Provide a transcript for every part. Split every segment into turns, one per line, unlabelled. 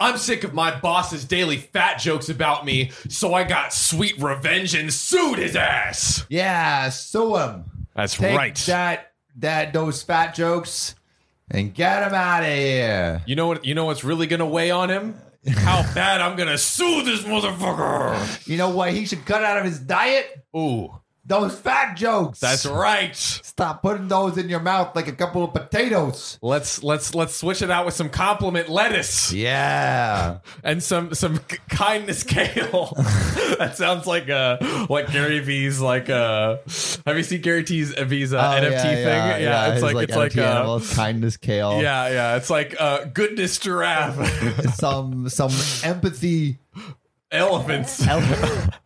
I'm sick of my boss's daily fat jokes about me, so I got sweet revenge and sued his ass.
Yeah, sue him.
That's
Take
right.
that that those fat jokes and get him out of here.
You know what? You know what's really gonna weigh on him? How bad I'm gonna sue this motherfucker.
You know what? He should cut out of his diet
Ooh,
those fat jokes.
that's right.
Stop putting those in your mouth like a couple of potatoes.
Let's let's let's switch it out with some compliment lettuce
Yeah.
and some some k- kindness kale. that sounds like uh like Gary V's like uh have you seen Gary T's uh, V's uh,
Oh,
NFT thing? Yeah, it's like, it's like uh,
kindness kale.
yeah yeah it's like uh goodness giraffe
Some some empathy.
elephants.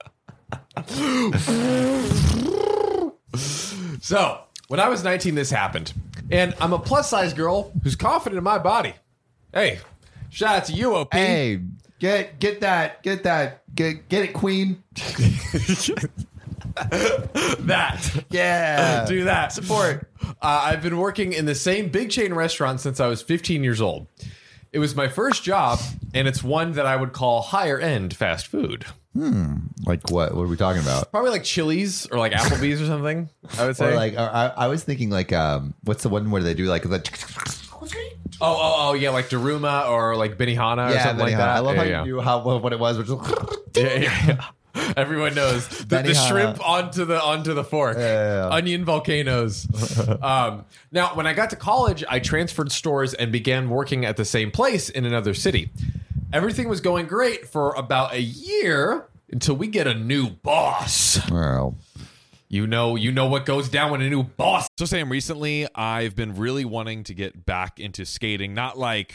So when I was 19, this happened, and I'm a plus size girl who's confident in my body. Hey, shout out to you, OP.
hey, get get that get that get get it, Queen.
that.
Yeah.
do that. Support. Uh, I've been working in the same big chain restaurant since I was 15 years old. It was my first job, and it's one that I would call higher end fast food.
Like what? What are we talking about?
Probably like Chili's or like Applebee's or something. I would say.
Or like or I, I was thinking like um what's the one where they do like the
oh, oh, oh, yeah, like Daruma or like Benihana or something like
Benihana.
that.
I love
yeah,
how
yeah.
you knew how what it was, which was
Yeah, yeah, yeah. Everyone knows the, the
Benihana.
shrimp onto the onto the fork.
yeah, yeah.
Onion volcanoes. um, now, when I got to college, I transferred stores and began working at the same place in another city. Everything was going great for about a year until we get a new boss.
Well,
You know, you know what goes down when a new boss. So Sam, recently I've been really wanting to get back into skating, not like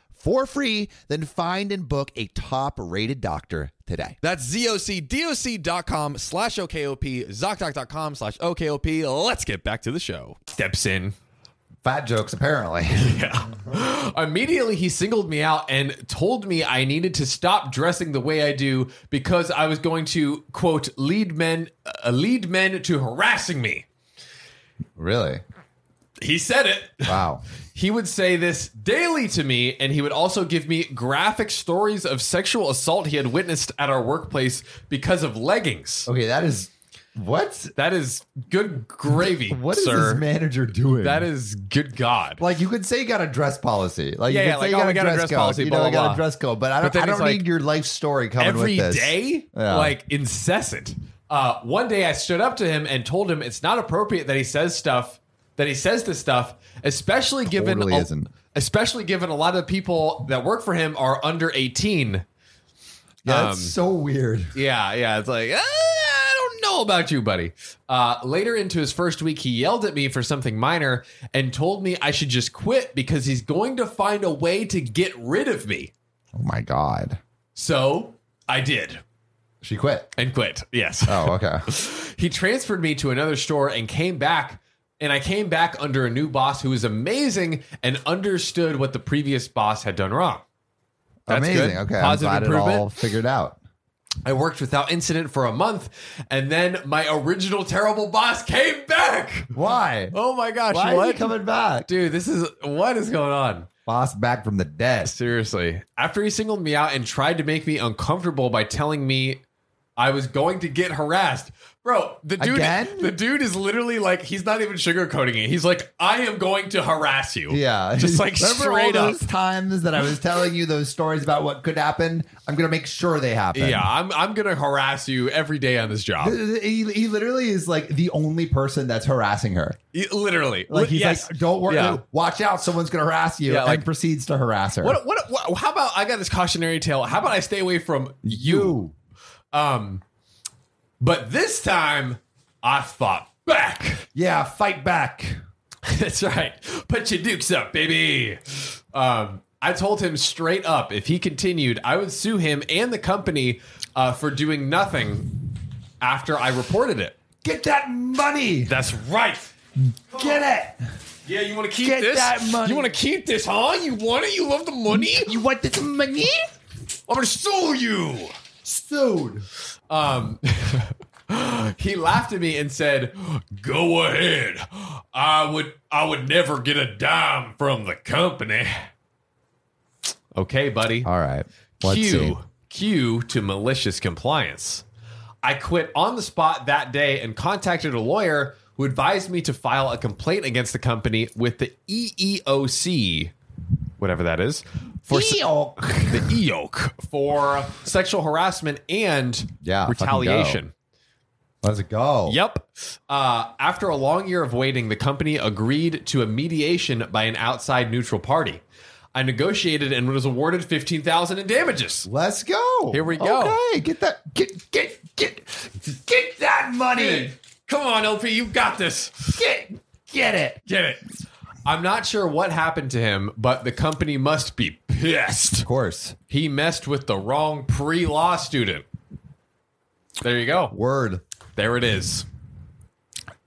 for free. Then find and book a top rated doctor today.
That's zocdoc.com slash OKOP, ZocDoc.com slash OKOP. Let's get back to the show.
steps in.
Fat jokes, apparently.
Immediately, he singled me out and told me I needed to stop dressing the way I do because I was going to quote lead men uh, lead men to harassing me.
really?
He said it.
Wow.
He would say this daily to me, and he would also give me graphic stories of sexual assault he had witnessed at our workplace because of leggings.
Okay, that is what?
That is good gravy,
What is
sir.
this manager doing?
that is good God.
like you could say you got a dress policy. Like
Yeah,
you
yeah,
could
like,
say
oh,
you got,
we
a, dress code.
policy,
you
blah,
know, I
blah,
got
blah.
a dress code, but I
But
don't,
then
I don't
it's like
need your life story coming
every
with this.
day,
Yeah.
like incessant. Uh, one day I stood up to him and told him it's not appropriate that he says stuff that he says this stuff, especially given
Totally
a-
isn't.
especially given a lot of people that work for him are under eighteen.
Yeah, that's
Um,
so weird.
Yeah, yeah. It's like, "Ah, I don't know about you, buddy. Uh, later into his first week, he yelled at me for something minor and told me I should just quit because he's going to find a way to get rid of me.
Oh my god.
So I did
She quit.
and quit. Yes.
Oh, okay.
he transferred me to another store and came back. And I came back under a new boss who was amazing and understood what the previous boss had done wrong. That's
Amazing.
good.
Okay.
Positive
I'm glad it
improvement.
all figured out.
I worked without incident for a month, and then my original terrible boss came back.
Why?
Oh my gosh!
Why is
what?
he coming back?
Dude, this is what is going on?
Boss back from the dead.
Seriously. After he singled me out and tried to make me uncomfortable by telling me I was going to get harassed. Bro, the dude
Again?
the dude is literally like he's not even sugarcoating it. He's like, I am going to harass you.
Yeah,
Just like
Remember
straight
all
up.
those times that I was telling you those stories about what could happen. I'm gonna make sure they happen.
Yeah, I'm I'm gonna harass you every day on this job.
He, he literally is like the only person that's harassing her.
Y- Literally.
Like he's
yes.
like, don't worry,
Yeah.
watch out, someone's gonna harass you,
Yeah,
and
like-
proceeds to harass her.
What, what what how about I got this cautionary tale. How about I stay away from you? Um but this time I fought back.
yeah, fight back.
That's right. Put your dukes up, baby. Um, I told him straight up if he continued, I would sue him and the company uh, for doing nothing after I reported it.
Get that money.
That's right.
Get it.
Yeah, you want to keep
Get
this?
that money.
You want to keep this, huh? You want it? You love the money?
You want this money?
I'm gonna sue you.
Sued.
Um, he laughed at me and said, "Go ahead. I would. I would never get a dime from the company." Okay, buddy.
All right. Let's
Q,
see.
Q to malicious compliance. I quit on the spot that day and contacted a lawyer who advised me to file a complaint against the company with the E EEOC, whatever that is, for
E
s-
Eeyore.
the EOC for sexual harassment and
Yeah, fucking go.
retaliation.
Let's go.
Yep. Uh, after a long year of waiting, the company agreed to a mediation by an outside neutral party. I negotiated and was awarded fifteen thousand in damages.
Let's go.
Here we go.
Okay, get that. Get get get get that money.
Come on, LP, you got this.
Get get it.
Get it. I'm not sure what happened to him, but the company must be pissed.
Of course.
He messed with the wrong pre law student. There you go.
Word.
There it is.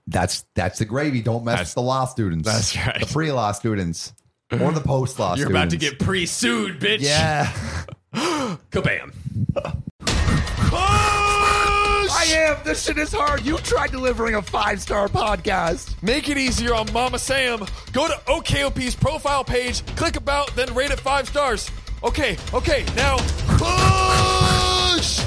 That's that's the gravy. Don't mess
That's-
with the law students.
that's right.
The pre-law students or the post-law.
You're about
students.
to get pre sued, bitch.
Yeah.
Kabam.
I am. This shit is hard. You tried delivering a five star podcast.
Make it easier on Mama Sam. Go to OKOP's profile page, click about, then rate it five stars. Okay, okay, now push!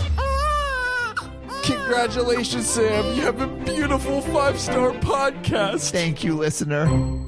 Congratulations, Sam. You have a beautiful five star podcast.
Thank you, listener.